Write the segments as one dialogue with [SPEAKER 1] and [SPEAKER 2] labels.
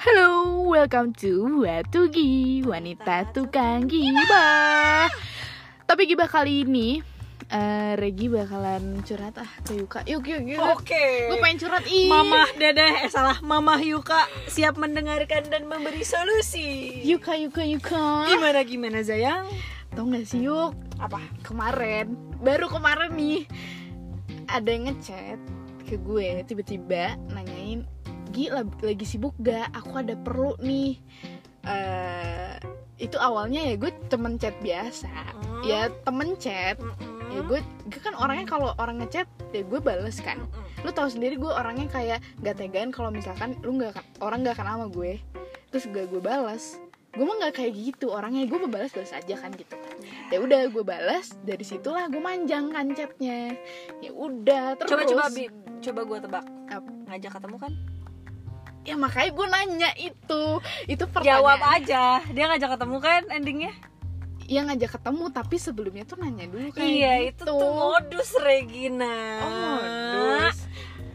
[SPEAKER 1] Halo, welcome to Watugi, wanita tukang gibah. Tapi gibah kali ini eh, Regi bakalan curhat ah ke Yuka. Yuk, yuk, yuk.
[SPEAKER 2] Oke.
[SPEAKER 1] Gue pengen curhat ih.
[SPEAKER 2] Gitu. Mamah Dedeh, eh salah, Mamah Yuka siap mendengarkan dan memberi solusi.
[SPEAKER 1] Yuka, Yuka, Yuka.
[SPEAKER 2] Gimana gimana sayang?
[SPEAKER 1] Tau gak sih Yuk?
[SPEAKER 2] Apa?
[SPEAKER 1] Kemarin, baru kemarin nih ada yang ngechat ke gue tiba-tiba nanyain Gi lab- lagi sibuk gak? Aku ada perlu nih. Eh itu awalnya ya gue temen chat biasa.
[SPEAKER 2] Hmm.
[SPEAKER 1] Ya temen chat.
[SPEAKER 2] Mm-mm.
[SPEAKER 1] Ya gue, gue kan orangnya kalau orang ngechat ya gue bales kan.
[SPEAKER 2] Mm-mm.
[SPEAKER 1] Lu tahu sendiri gue orangnya kayak gak tegaan kalau misalkan lu nggak akan- orang gak kenal sama gue. Terus gak gue balas. Gue mah gak kayak gitu orangnya. Gue balas balas aja kan gitu kan. Ya
[SPEAKER 2] Iya.
[SPEAKER 1] udah gue balas dari situlah gue manjang kan chatnya. Ya udah terus.
[SPEAKER 2] Coba coba Bi, coba gue tebak.
[SPEAKER 1] Apa?
[SPEAKER 2] Ngajak ketemu kan?
[SPEAKER 1] Ya makanya gue nanya itu. Itu pertanyaan.
[SPEAKER 2] Jawab aja. Dia ngajak ketemu kan endingnya?
[SPEAKER 1] yang ngajak ketemu tapi sebelumnya tuh nanya dulu kayak
[SPEAKER 2] iya, itu
[SPEAKER 1] gitu.
[SPEAKER 2] tuh modus Regina.
[SPEAKER 1] Oh, modus.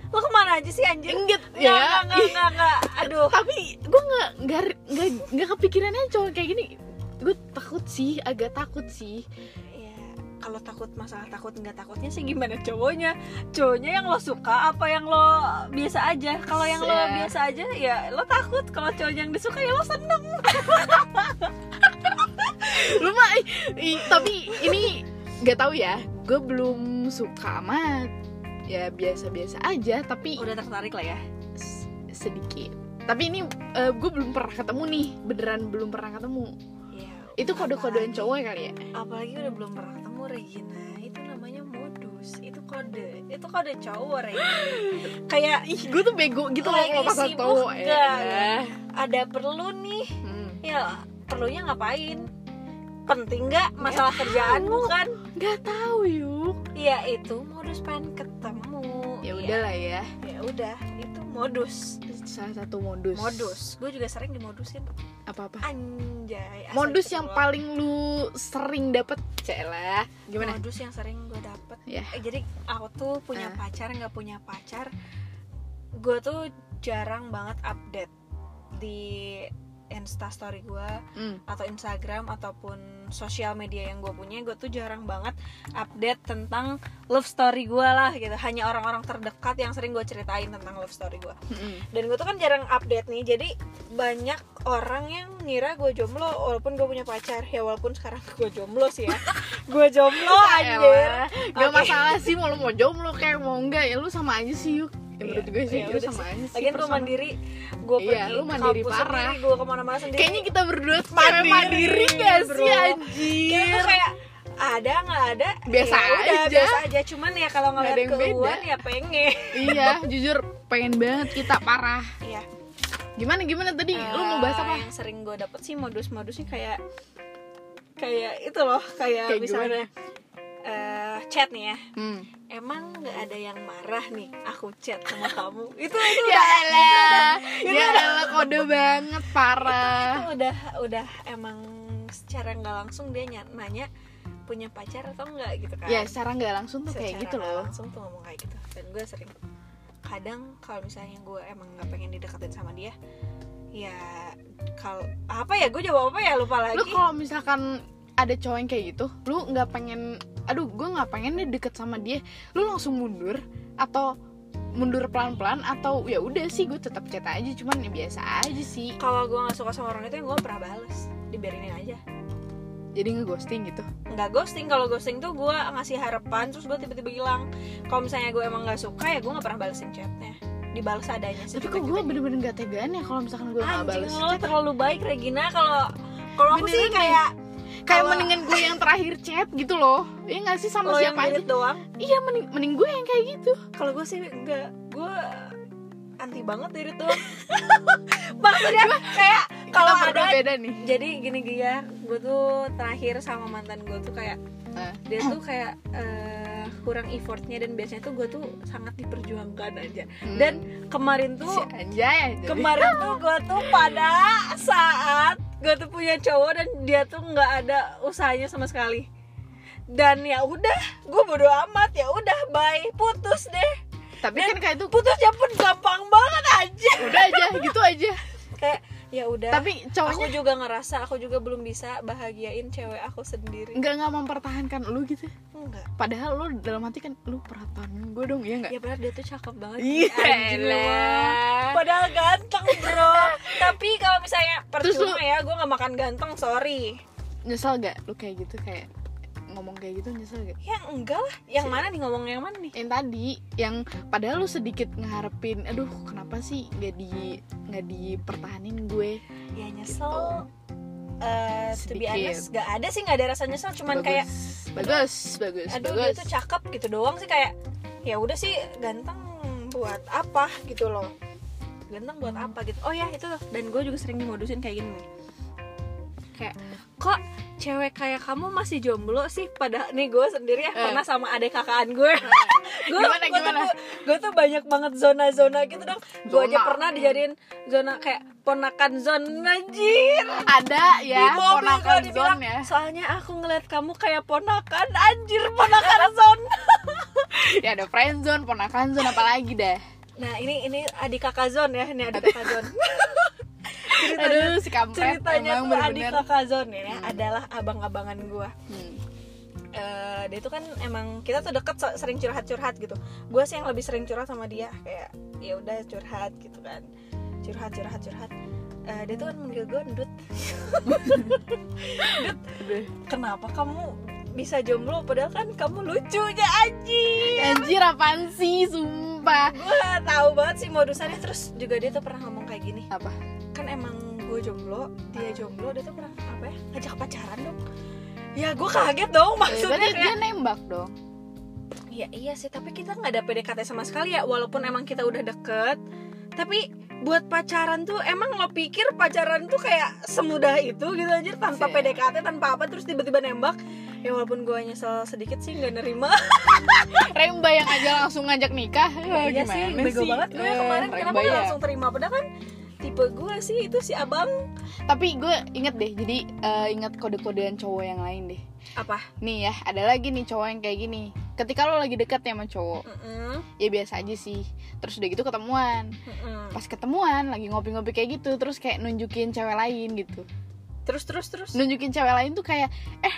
[SPEAKER 2] Lo kemana aja sih Iya. anjir?
[SPEAKER 1] Inget
[SPEAKER 2] Nggak,
[SPEAKER 1] ya.
[SPEAKER 2] nggak, nggak, nggak, nggak. Aduh.
[SPEAKER 1] tapi gue nggak nggak nggak nggak kepikirannya cowok kayak gini gue takut sih agak takut sih
[SPEAKER 2] Ya, kalau takut masalah takut nggak takutnya sih gimana cowoknya cowoknya yang lo suka apa yang lo biasa aja kalau yang lo
[SPEAKER 1] Iya.
[SPEAKER 2] biasa aja ya lo takut kalau cowoknya yang disuka ya lo seneng
[SPEAKER 1] lu mah ih, ih, tapi ini nggak tahu ya gue belum suka amat ya biasa-biasa aja tapi
[SPEAKER 2] udah tertarik lah ya
[SPEAKER 1] s- sedikit tapi ini gue belum pernah ketemu nih beneran belum pernah ketemu
[SPEAKER 2] Iya.
[SPEAKER 1] itu kode-kodean cowok kali ya
[SPEAKER 2] apalagi udah belum pernah ketemu Regina itu namanya modus itu kode itu kode cowok Regina kayak ih
[SPEAKER 1] gue tuh bego gitu loh
[SPEAKER 2] Lagi
[SPEAKER 1] kalau pasal
[SPEAKER 2] sibuk
[SPEAKER 1] cowok
[SPEAKER 2] nggak?
[SPEAKER 1] ya
[SPEAKER 2] ada perlu nih
[SPEAKER 1] Hmm.
[SPEAKER 2] ya perlunya ngapain penting nggak masalah kerjaanmu kan
[SPEAKER 1] nggak tahu yuk
[SPEAKER 2] Iya itu modus pengen ketemu.
[SPEAKER 1] ya udahlah ya
[SPEAKER 2] Ya udah itu modus.
[SPEAKER 1] salah satu modus
[SPEAKER 2] Modus. Gue juga sering dimodusin.
[SPEAKER 1] apa apa
[SPEAKER 2] Anjay. asal
[SPEAKER 1] modus
[SPEAKER 2] gitu
[SPEAKER 1] yang
[SPEAKER 2] doang.
[SPEAKER 1] paling lu sering dapet celah gimana
[SPEAKER 2] Modus yang sering gue dapet.
[SPEAKER 1] Ya.
[SPEAKER 2] Eh, jadi aku tuh
[SPEAKER 1] Ah.
[SPEAKER 2] punya pacar nggak punya pacar. Gue tuh jarang banget update di Insta story gue
[SPEAKER 1] Hmm.
[SPEAKER 2] atau Instagram ataupun sosial media yang gue punya gue tuh jarang banget update tentang love story gue lah gitu hanya orang-orang terdekat yang sering gue ceritain tentang love story gue
[SPEAKER 1] Mm-mm.
[SPEAKER 2] dan gue tuh kan jarang update nih jadi banyak orang yang ngira gue jomblo walaupun gue punya pacar ya walaupun sekarang gue jomblo sih ya gue jomblo Oh,
[SPEAKER 1] Ya
[SPEAKER 2] anjir
[SPEAKER 1] Elah, gak
[SPEAKER 2] Oke.
[SPEAKER 1] masalah sih mau lu mau jomblo kayak mau enggak ya lu sama aja sih yuk ya, menurut
[SPEAKER 2] Iya,
[SPEAKER 1] gue sih
[SPEAKER 2] ya
[SPEAKER 1] lu
[SPEAKER 2] udah
[SPEAKER 1] sama aja sih
[SPEAKER 2] lagian gue
[SPEAKER 1] Terus sama-
[SPEAKER 2] mandiri gue
[SPEAKER 1] Iya,
[SPEAKER 2] pergi
[SPEAKER 1] lu
[SPEAKER 2] ke
[SPEAKER 1] mandiri
[SPEAKER 2] kampus
[SPEAKER 1] parah.
[SPEAKER 2] sendiri gue kemana-mana sendiri
[SPEAKER 1] kayaknya kita berdua cewek
[SPEAKER 2] Mandiri,
[SPEAKER 1] mandiri, gak
[SPEAKER 2] bro.
[SPEAKER 1] sih
[SPEAKER 2] Kayaknya
[SPEAKER 1] anjir
[SPEAKER 2] tuh kayak ada nggak ada
[SPEAKER 1] Biasa
[SPEAKER 2] ya udah,
[SPEAKER 1] aja.
[SPEAKER 2] biasa aja cuman ya kalau
[SPEAKER 1] Nggak ada
[SPEAKER 2] ngeliat
[SPEAKER 1] yang beda.
[SPEAKER 2] keluar ya pengen
[SPEAKER 1] iya jujur pengen banget kita parah
[SPEAKER 2] Iya.
[SPEAKER 1] gimana gimana tadi lu mau bahas apa
[SPEAKER 2] Eh, yang sering gue dapet sih modus-modusnya kayak kayak itu loh kayak,
[SPEAKER 1] Kayak
[SPEAKER 2] misalnya eh, chat nih ya
[SPEAKER 1] hmm.
[SPEAKER 2] emang nggak ada yang marah nih aku chat sama kamu itu itu
[SPEAKER 1] ya
[SPEAKER 2] udah
[SPEAKER 1] elah ya elah kode banget parah
[SPEAKER 2] itu udah udah emang secara nggak langsung dia ny- nanya punya pacar atau enggak gitu kan
[SPEAKER 1] ya secara nggak langsung tuh kayak
[SPEAKER 2] Secara
[SPEAKER 1] gitu
[SPEAKER 2] nggak
[SPEAKER 1] loh
[SPEAKER 2] langsung tuh ngomong kayak gitu dan gue sering kadang kalau misalnya gue emang nggak pengen dideketin sama dia ya kalau apa ya gue jawab apa ya lupa lagi
[SPEAKER 1] lu kalau misalkan ada cowok yang kayak gitu lu nggak pengen aduh gue nggak pengen deh deket sama dia lu langsung mundur atau mundur pelan-pelan atau ya udah sih gue tetap chat aja cuman ya biasa aja sih
[SPEAKER 2] kalau gue nggak suka sama orang itu yang gue pernah bales dibiarin aja
[SPEAKER 1] jadi ngeghosting gitu
[SPEAKER 2] nggak ghosting kalau ghosting tuh gue ngasih harapan terus gue tiba-tiba hilang kalau misalnya gue emang nggak suka ya gue nggak pernah balesin chatnya dibales adanya sih
[SPEAKER 1] tapi kok gue bener-bener gak tegaan ya kalau misalkan gue nggak
[SPEAKER 2] anjing
[SPEAKER 1] balas
[SPEAKER 2] lo terlalu baik Regina kalau kalau aku sih
[SPEAKER 1] Beneran nih.
[SPEAKER 2] kayak
[SPEAKER 1] kayak
[SPEAKER 2] kalau-
[SPEAKER 1] mendingan gue yang terakhir chat gitu loh iya nggak sih sama
[SPEAKER 2] lo yang
[SPEAKER 1] siapa aja
[SPEAKER 2] delete doang
[SPEAKER 1] iya mending mending gue yang kayak gitu
[SPEAKER 2] kalau gue sih enggak gue anti banget dari tuh maksudnya Iya, kayak kalau
[SPEAKER 1] kita
[SPEAKER 2] ada
[SPEAKER 1] berbeda nih
[SPEAKER 2] jadi gini dia gue tuh terakhir sama mantan gue tuh kayak
[SPEAKER 1] Eh.
[SPEAKER 2] dia tuh kayak eh, kurang effortnya dan biasanya tuh gue tuh sangat diperjuangkan aja
[SPEAKER 1] Hmm.
[SPEAKER 2] dan kemarin
[SPEAKER 1] si
[SPEAKER 2] tuh
[SPEAKER 1] anjay jadi.
[SPEAKER 2] kemarin tuh gue tuh pada saat gue tuh punya cowok dan dia tuh nggak ada usahanya sama sekali dan ya udah gue bodo amat ya udah bye putus deh
[SPEAKER 1] tapi kan
[SPEAKER 2] dan-
[SPEAKER 1] kayak itu
[SPEAKER 2] putusnya pun gampang banget aja
[SPEAKER 1] udah aja gitu aja
[SPEAKER 2] kayak ya udah
[SPEAKER 1] tapi cowoknya
[SPEAKER 2] aku juga ngerasa aku juga belum bisa bahagiain cewek aku sendiri
[SPEAKER 1] nggak nggak mempertahankan lu gitu
[SPEAKER 2] enggak
[SPEAKER 1] padahal lu dalam hati kan lu perhatian gue dong iya nggak
[SPEAKER 2] ya padahal dia tuh cakep banget
[SPEAKER 1] Iya,
[SPEAKER 2] Anjing, lu
[SPEAKER 1] elah.
[SPEAKER 2] mah. padahal ganteng bro tapi kalau misalnya
[SPEAKER 1] Terus
[SPEAKER 2] percuma
[SPEAKER 1] lu-
[SPEAKER 2] ya gue nggak makan ganteng sorry
[SPEAKER 1] nyesel gak lu kayak gitu kayak ngomong kayak gitu nyesel gak
[SPEAKER 2] ya enggak lah yang mana nih ngomong yang mana nih
[SPEAKER 1] yang tadi yang padahal lu sedikit ngeharapin aduh kenapa sih nggak di nggak dipertahanin gue
[SPEAKER 2] ya nyesel eh to be
[SPEAKER 1] Sedikit.
[SPEAKER 2] honest gak ada sih gak ada rasa nyesel cuman
[SPEAKER 1] bagus,
[SPEAKER 2] kayak
[SPEAKER 1] bagus bagus
[SPEAKER 2] aduh dia
[SPEAKER 1] bagus
[SPEAKER 2] tuh cakep gitu doang sih kayak ya udah sih ganteng buat apa gitu loh ganteng buat apa gitu oh ya itu dan gue juga sering dimodusin kayak gini nih. kayak kok cewek kayak kamu masih jomblo sih pada nih gue sendiri ya
[SPEAKER 1] Eh.
[SPEAKER 2] pernah sama adek kakaan gue gue
[SPEAKER 1] Gimana, gimana?
[SPEAKER 2] gue tuh banyak banget zona-zona gitu dong gue aja
[SPEAKER 1] Zona.
[SPEAKER 2] pernah dijadiin zona kayak ponakan zona anjir
[SPEAKER 1] ada ya
[SPEAKER 2] di mobil
[SPEAKER 1] ponakan
[SPEAKER 2] gua dibilang,
[SPEAKER 1] zone ya
[SPEAKER 2] soalnya aku ngeliat kamu kayak ponakan anjir ponakan zone
[SPEAKER 1] ya ada friend zone ponakan zone apalagi dah
[SPEAKER 2] nah ini ini adik kakak zone ya ini adik kakak zone ceritanya
[SPEAKER 1] aduh si kampret
[SPEAKER 2] ceritanya
[SPEAKER 1] emang
[SPEAKER 2] tuh adik
[SPEAKER 1] bener-bener
[SPEAKER 2] kakak zone ya adalah abang-abangan gua
[SPEAKER 1] Hmm.
[SPEAKER 2] Eh, dia tuh kan emang kita tuh deket so- sering curhat-curhat gitu gue sih yang lebih sering curhat sama dia kayak ya udah curhat gitu kan curhat curhat curhat Eh, dia tuh kan manggil gue endut
[SPEAKER 1] Udah.
[SPEAKER 2] kenapa kamu bisa jomblo padahal kan kamu lucunya anjing
[SPEAKER 1] Hmm. anjir apaan sih sumpah
[SPEAKER 2] gue tahu banget sih modusannya terus juga dia tuh pernah ngomong kayak gini
[SPEAKER 1] apa
[SPEAKER 2] kan emang gue jomblo dia jomblo dia tuh pernah apa ya ngajak pacaran dong ya gue kaget dong
[SPEAKER 1] Eh,
[SPEAKER 2] maksudnya
[SPEAKER 1] berarti
[SPEAKER 2] kayak
[SPEAKER 1] dia nembak dong
[SPEAKER 2] ya iya sih tapi kita nggak ada PDKT sama sekali ya walaupun emang kita udah deket tapi buat pacaran tuh emang lo pikir pacaran tuh kayak semudah itu gitu aja tanpa
[SPEAKER 1] Fair.
[SPEAKER 2] PDKT tanpa apa terus tiba-tiba nembak ya walaupun gue nyesel sedikit sih nggak nerima
[SPEAKER 1] Remba yang aja langsung ngajak nikah Wah,
[SPEAKER 2] Iya sih,
[SPEAKER 1] gimana
[SPEAKER 2] bego banget gue
[SPEAKER 1] Eh,
[SPEAKER 2] kemarin kenapa
[SPEAKER 1] Rembayang.
[SPEAKER 2] gak langsung terima padahal kan tipe gue sih itu si abang
[SPEAKER 1] Tapi gue inget deh, jadi eh, inget kode-kodean cowok yang lain deh
[SPEAKER 2] apa?
[SPEAKER 1] Nih ya, ada lagi nih cowok yang kayak gini Ketika lo lagi deket ya sama cowok
[SPEAKER 2] Mm-mm,
[SPEAKER 1] Ya biasa aja sih Terus udah gitu ketemuan
[SPEAKER 2] mm-mm.
[SPEAKER 1] Pas ketemuan, lagi ngopi-ngopi kayak gitu Terus kayak nunjukin cewek lain gitu
[SPEAKER 2] Terus terus terus.
[SPEAKER 1] Nunjukin cewek lain tuh kayak Eh,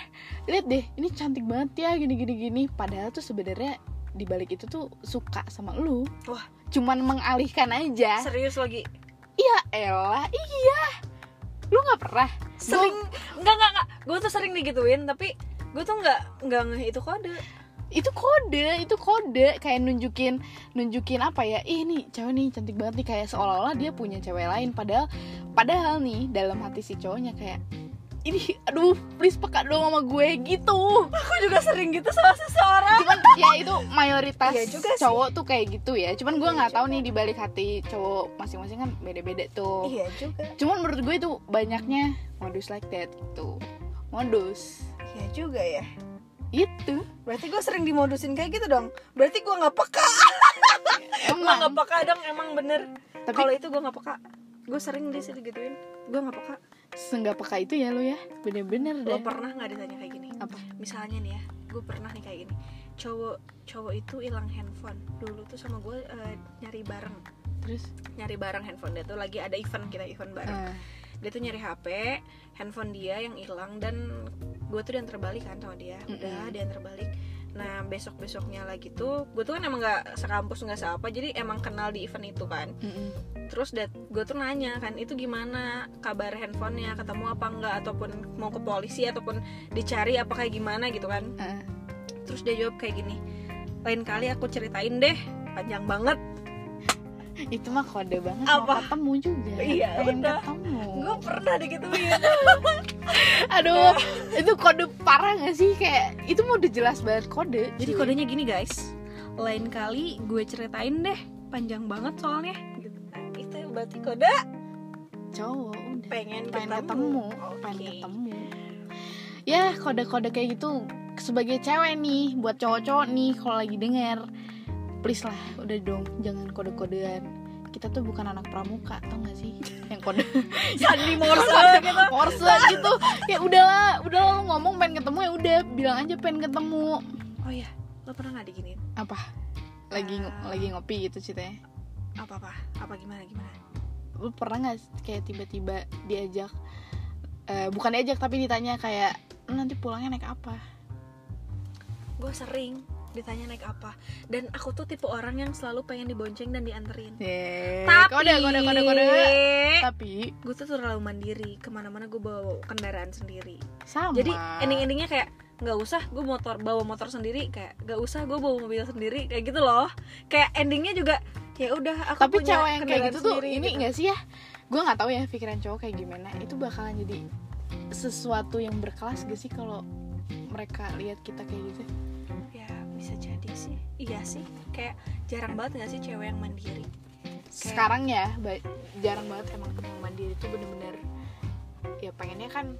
[SPEAKER 1] lihat deh, ini cantik banget ya Gini-gini-gini Padahal tuh sebenarnya di balik itu tuh suka sama lu
[SPEAKER 2] Wah.
[SPEAKER 1] Cuman mengalihkan aja
[SPEAKER 2] Serius lagi.
[SPEAKER 1] Iya elah, iya Lu gak pernah
[SPEAKER 2] Sering enggak enggak enggak. Gue tuh sering digituin tapi gue tuh nggak nggak nge itu kode
[SPEAKER 1] itu kode itu kode kayak nunjukin nunjukin apa ya Ih, ini cewek nih cantik banget nih kayak seolah-olah dia punya cewek lain padahal padahal nih dalam hati si cowoknya kayak ini aduh please peka dong sama gue gitu
[SPEAKER 2] aku juga sering gitu sama seseorang
[SPEAKER 1] cuman ya itu mayoritas
[SPEAKER 2] Iya juga sih.
[SPEAKER 1] cowok tuh kayak gitu ya cuman gue
[SPEAKER 2] Iya
[SPEAKER 1] nggak tahu
[SPEAKER 2] juga.
[SPEAKER 1] nih di balik hati cowok masing-masing kan beda-beda tuh
[SPEAKER 2] iya juga
[SPEAKER 1] cuman menurut gue itu banyaknya modus like that gitu modus
[SPEAKER 2] iya juga ya
[SPEAKER 1] itu
[SPEAKER 2] berarti gue sering dimodusin kayak gitu dong berarti gue nggak peka gue nggak
[SPEAKER 1] emang
[SPEAKER 2] peka dong emang bener
[SPEAKER 1] tapi
[SPEAKER 2] kalau itu gue nggak peka gue sering di sini digituin gue nggak peka
[SPEAKER 1] Seenggak peka itu ya lo ya Bener-bener deh
[SPEAKER 2] lo pernah nggak ditanya kayak gini
[SPEAKER 1] Apa?
[SPEAKER 2] misalnya nih ya gue pernah nih kayak gini cowok cowok itu hilang handphone dulu tuh sama gue eh, nyari bareng
[SPEAKER 1] Terus
[SPEAKER 2] nyari bareng handphone dia tuh lagi ada event kita event bareng
[SPEAKER 1] eh,
[SPEAKER 2] dia tuh nyari hp handphone dia yang hilang dan gue tuh diantar balik kan sama dia udah
[SPEAKER 1] Mm-mm.
[SPEAKER 2] diantar balik nah besok besoknya lagi tuh gue tuh kan emang nggak sekampus nggak seapa jadi emang kenal di event itu kan
[SPEAKER 1] mm-mm.
[SPEAKER 2] terus gue tuh nanya kan itu gimana kabar handphonenya ketemu apa enggak ataupun mau ke polisi ataupun dicari apa kayak gimana gitu kan
[SPEAKER 1] Heeh.
[SPEAKER 2] terus dia jawab kayak gini lain kali aku ceritain deh panjang banget
[SPEAKER 1] Itu mah kode banget
[SPEAKER 2] Apa?
[SPEAKER 1] Mau ketemu juga
[SPEAKER 2] Iya,
[SPEAKER 1] Pengen
[SPEAKER 2] udah.
[SPEAKER 1] ketemu
[SPEAKER 2] gue pernah digituin
[SPEAKER 1] Aduh Itu kode parah gak sih Kayak Itu mau udah jelas banget kode
[SPEAKER 2] jadi
[SPEAKER 1] cuy.
[SPEAKER 2] kodenya gini guys lain kali gue ceritain deh panjang banget soalnya gitu. Nah, itu berarti kode
[SPEAKER 1] Cowok udah
[SPEAKER 2] pengen,
[SPEAKER 1] Pengen ketemu
[SPEAKER 2] Oke.
[SPEAKER 1] Pengen ketemu Ya kode-kode kayak gitu Sebagai cewek nih Buat cowok-cowok nih Kalau lagi denger Please lah Udah dong Jangan kode-kodean Kita tuh bukan anak pramuka Tau gak sih Yang kode
[SPEAKER 2] Sandi Morse
[SPEAKER 1] Sandi
[SPEAKER 2] gitu
[SPEAKER 1] Morse gitu ya udahlah udahlah lu ngomong pengen ketemu ya udah bilang aja pengen ketemu
[SPEAKER 2] oh ya lo pernah nggak diginiin
[SPEAKER 1] apa lagi lagi ngopi gitu ceritanya
[SPEAKER 2] apa apa apa gimana gimana
[SPEAKER 1] lu pernah nggak kayak tiba-tiba diajak eh, bukan diajak tapi ditanya kayak "Lu nanti pulangnya naik apa
[SPEAKER 2] gue sering ditanya naik apa dan aku tuh tipe orang yang selalu pengen dibonceng dan dianterin Eh,
[SPEAKER 1] tapi kode kode kode kode tapi
[SPEAKER 2] gue tuh terlalu mandiri kemana-mana gue bawa kendaraan sendiri
[SPEAKER 1] sama
[SPEAKER 2] jadi ending-endingnya kayak nggak usah gue motor bawa motor sendiri kayak nggak usah gue bawa mobil sendiri kayak gitu loh kayak endingnya juga ya udah aku
[SPEAKER 1] tapi
[SPEAKER 2] punya
[SPEAKER 1] cewek yang kayak
[SPEAKER 2] kendaraan
[SPEAKER 1] gitu tuh
[SPEAKER 2] sendiri,"
[SPEAKER 1] ini
[SPEAKER 2] gitu.
[SPEAKER 1] enggak sih ya gue nggak tahu ya pikiran cowok kayak gimana itu bakalan jadi sesuatu yang berkelas gak sih kalau mereka lihat kita kayak gitu
[SPEAKER 2] ya bisa jadi sih iya sih kayak jarang banget nggak sih cewek yang mandiri
[SPEAKER 1] sekarang ya ba- jarang banget emang yang mandiri itu bener-bener ya pengennya kan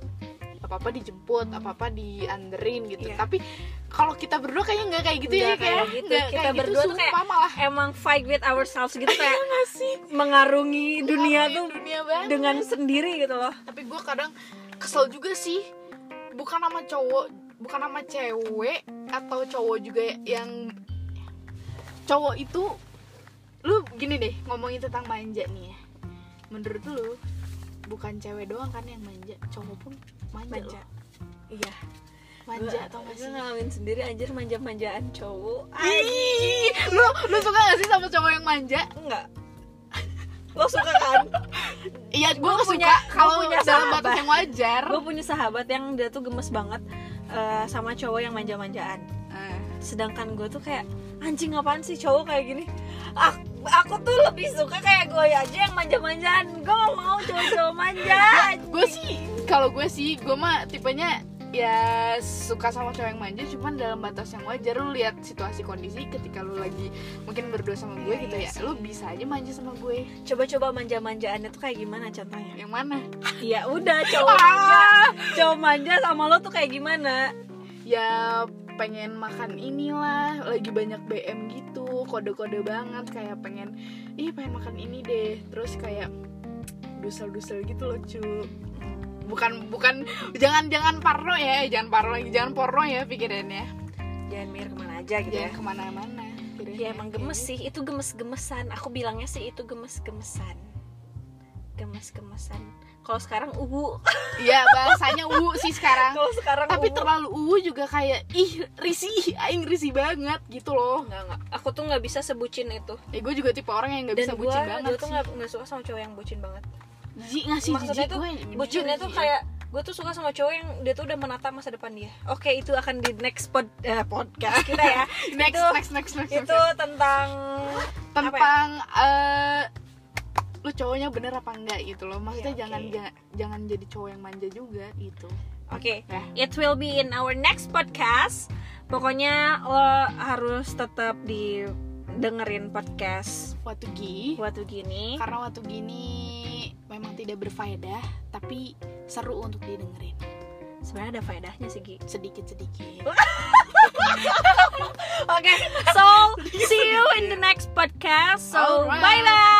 [SPEAKER 1] apa apa dijemput apa apa dianderin gitu
[SPEAKER 2] Iya.
[SPEAKER 1] tapi kalau kita berdua kayaknya nggak kayak gitu ya
[SPEAKER 2] Nggak kayak
[SPEAKER 1] kayak-
[SPEAKER 2] gitu.
[SPEAKER 1] nggak
[SPEAKER 2] Kita
[SPEAKER 1] kayak
[SPEAKER 2] berdua tuh
[SPEAKER 1] sumpah
[SPEAKER 2] kayak-
[SPEAKER 1] malah
[SPEAKER 2] emang fight with ourselves gitu kayak mengarungi dunia tuh
[SPEAKER 1] dunia banget
[SPEAKER 2] dengan sendiri gitu loh
[SPEAKER 1] tapi gue kadang kesel juga sih bukan sama cowok bukan sama cewek atau cowok juga yang cowok itu lu gini deh ngomongin tentang manja nih ya menurut lu bukan cewek doang kan yang manja cowok pun manja
[SPEAKER 2] manja
[SPEAKER 1] loh.
[SPEAKER 2] iya
[SPEAKER 1] manja
[SPEAKER 2] Gua-
[SPEAKER 1] tau gak
[SPEAKER 2] gua
[SPEAKER 1] sih
[SPEAKER 2] ngalamin sendiri anjir manja-manjaan cowok
[SPEAKER 1] Ih, lu lu suka gak sih sama cowok yang manja
[SPEAKER 2] enggak lo suka kan
[SPEAKER 1] iya gue
[SPEAKER 2] Gua
[SPEAKER 1] suka
[SPEAKER 2] punya- gua
[SPEAKER 1] kalau
[SPEAKER 2] punya
[SPEAKER 1] dalam
[SPEAKER 2] sahabat.
[SPEAKER 1] batas yang wajar
[SPEAKER 2] gue punya sahabat yang dia tuh gemes banget eh, sama cowok yang manja-manjaan
[SPEAKER 1] Ah.
[SPEAKER 2] sedangkan gue tuh kayak anjing apaan sih cowok kayak gini aku, aku tuh lebih suka kayak gue aja yang manja-manjaan gue gak mau cowok-cowok manja
[SPEAKER 1] gue sih kalau gue sih gue mah tipenya ya suka sama cowok yang manja cuman dalam batas yang wajar lu lihat situasi kondisi ketika lu lagi mungkin berdua sama gue
[SPEAKER 2] Iya,
[SPEAKER 1] gitu
[SPEAKER 2] iya
[SPEAKER 1] ya
[SPEAKER 2] sih.
[SPEAKER 1] lu bisa aja manja sama gue
[SPEAKER 2] coba-coba manja-manjaannya tuh kayak gimana contohnya
[SPEAKER 1] yang mana
[SPEAKER 2] ya udah cowok manja
[SPEAKER 1] Wah,
[SPEAKER 2] cowok manja sama lo tuh kayak gimana
[SPEAKER 1] ya pengen makan inilah lagi banyak BM gitu kode-kode banget kayak pengen ih pengen makan ini deh terus kayak dusel-dusel gitu loh cu bukan bukan jangan jangan parno ya jangan parno lagi jangan porno ya pikirannya
[SPEAKER 2] jangan mikir kemana aja gitu
[SPEAKER 1] jangan
[SPEAKER 2] ya
[SPEAKER 1] kemana-mana kira-kira.
[SPEAKER 2] ya emang gemes sih itu gemes-gemesan aku bilangnya sih itu gemes-gemesan gemes-gemesan kalau sekarang ubu
[SPEAKER 1] iya bahasanya uwu sih sekarang
[SPEAKER 2] kalau sekarang
[SPEAKER 1] tapi
[SPEAKER 2] uwu.
[SPEAKER 1] terlalu uwu juga kayak ih risih aing risih banget gitu loh
[SPEAKER 2] Nggak, nggak. aku tuh nggak bisa sebucin itu
[SPEAKER 1] ya gue juga tipe orang yang nggak bisa
[SPEAKER 2] dan gue
[SPEAKER 1] bucin banget
[SPEAKER 2] tuh
[SPEAKER 1] sih.
[SPEAKER 2] nggak nggak suka sama cowok yang bucin banget
[SPEAKER 1] Jijik nggak sih
[SPEAKER 2] maksudnya
[SPEAKER 1] jijik
[SPEAKER 2] tuh
[SPEAKER 1] gue
[SPEAKER 2] bucinnya tuh
[SPEAKER 1] jijik.
[SPEAKER 2] kayak gitu. gue tuh suka sama cowok yang dia tuh udah menata masa depan dia oke itu akan di next pod, eh, podcast kita ya
[SPEAKER 1] next,
[SPEAKER 2] itu-
[SPEAKER 1] next next next next,
[SPEAKER 2] itu ya?
[SPEAKER 1] next.
[SPEAKER 2] tentang
[SPEAKER 1] tentang eh lu cowoknya bener apa enggak gitu loh maksudnya
[SPEAKER 2] Iya,
[SPEAKER 1] jangan
[SPEAKER 2] oke.
[SPEAKER 1] ja- jangan jadi cowok yang manja juga gitu
[SPEAKER 2] oke
[SPEAKER 1] Nah.
[SPEAKER 2] it will be in our next podcast pokoknya lo harus tetap di dengerin podcast
[SPEAKER 1] waktu gi
[SPEAKER 2] waktu gini
[SPEAKER 1] karena waktu gini memang tidak berfaedah tapi seru untuk didengerin
[SPEAKER 2] sebenarnya ada faedahnya sih Gi.
[SPEAKER 1] sedikit sedikit
[SPEAKER 2] Oke, so see you in the next podcast. So
[SPEAKER 1] Alright.
[SPEAKER 2] bye bye.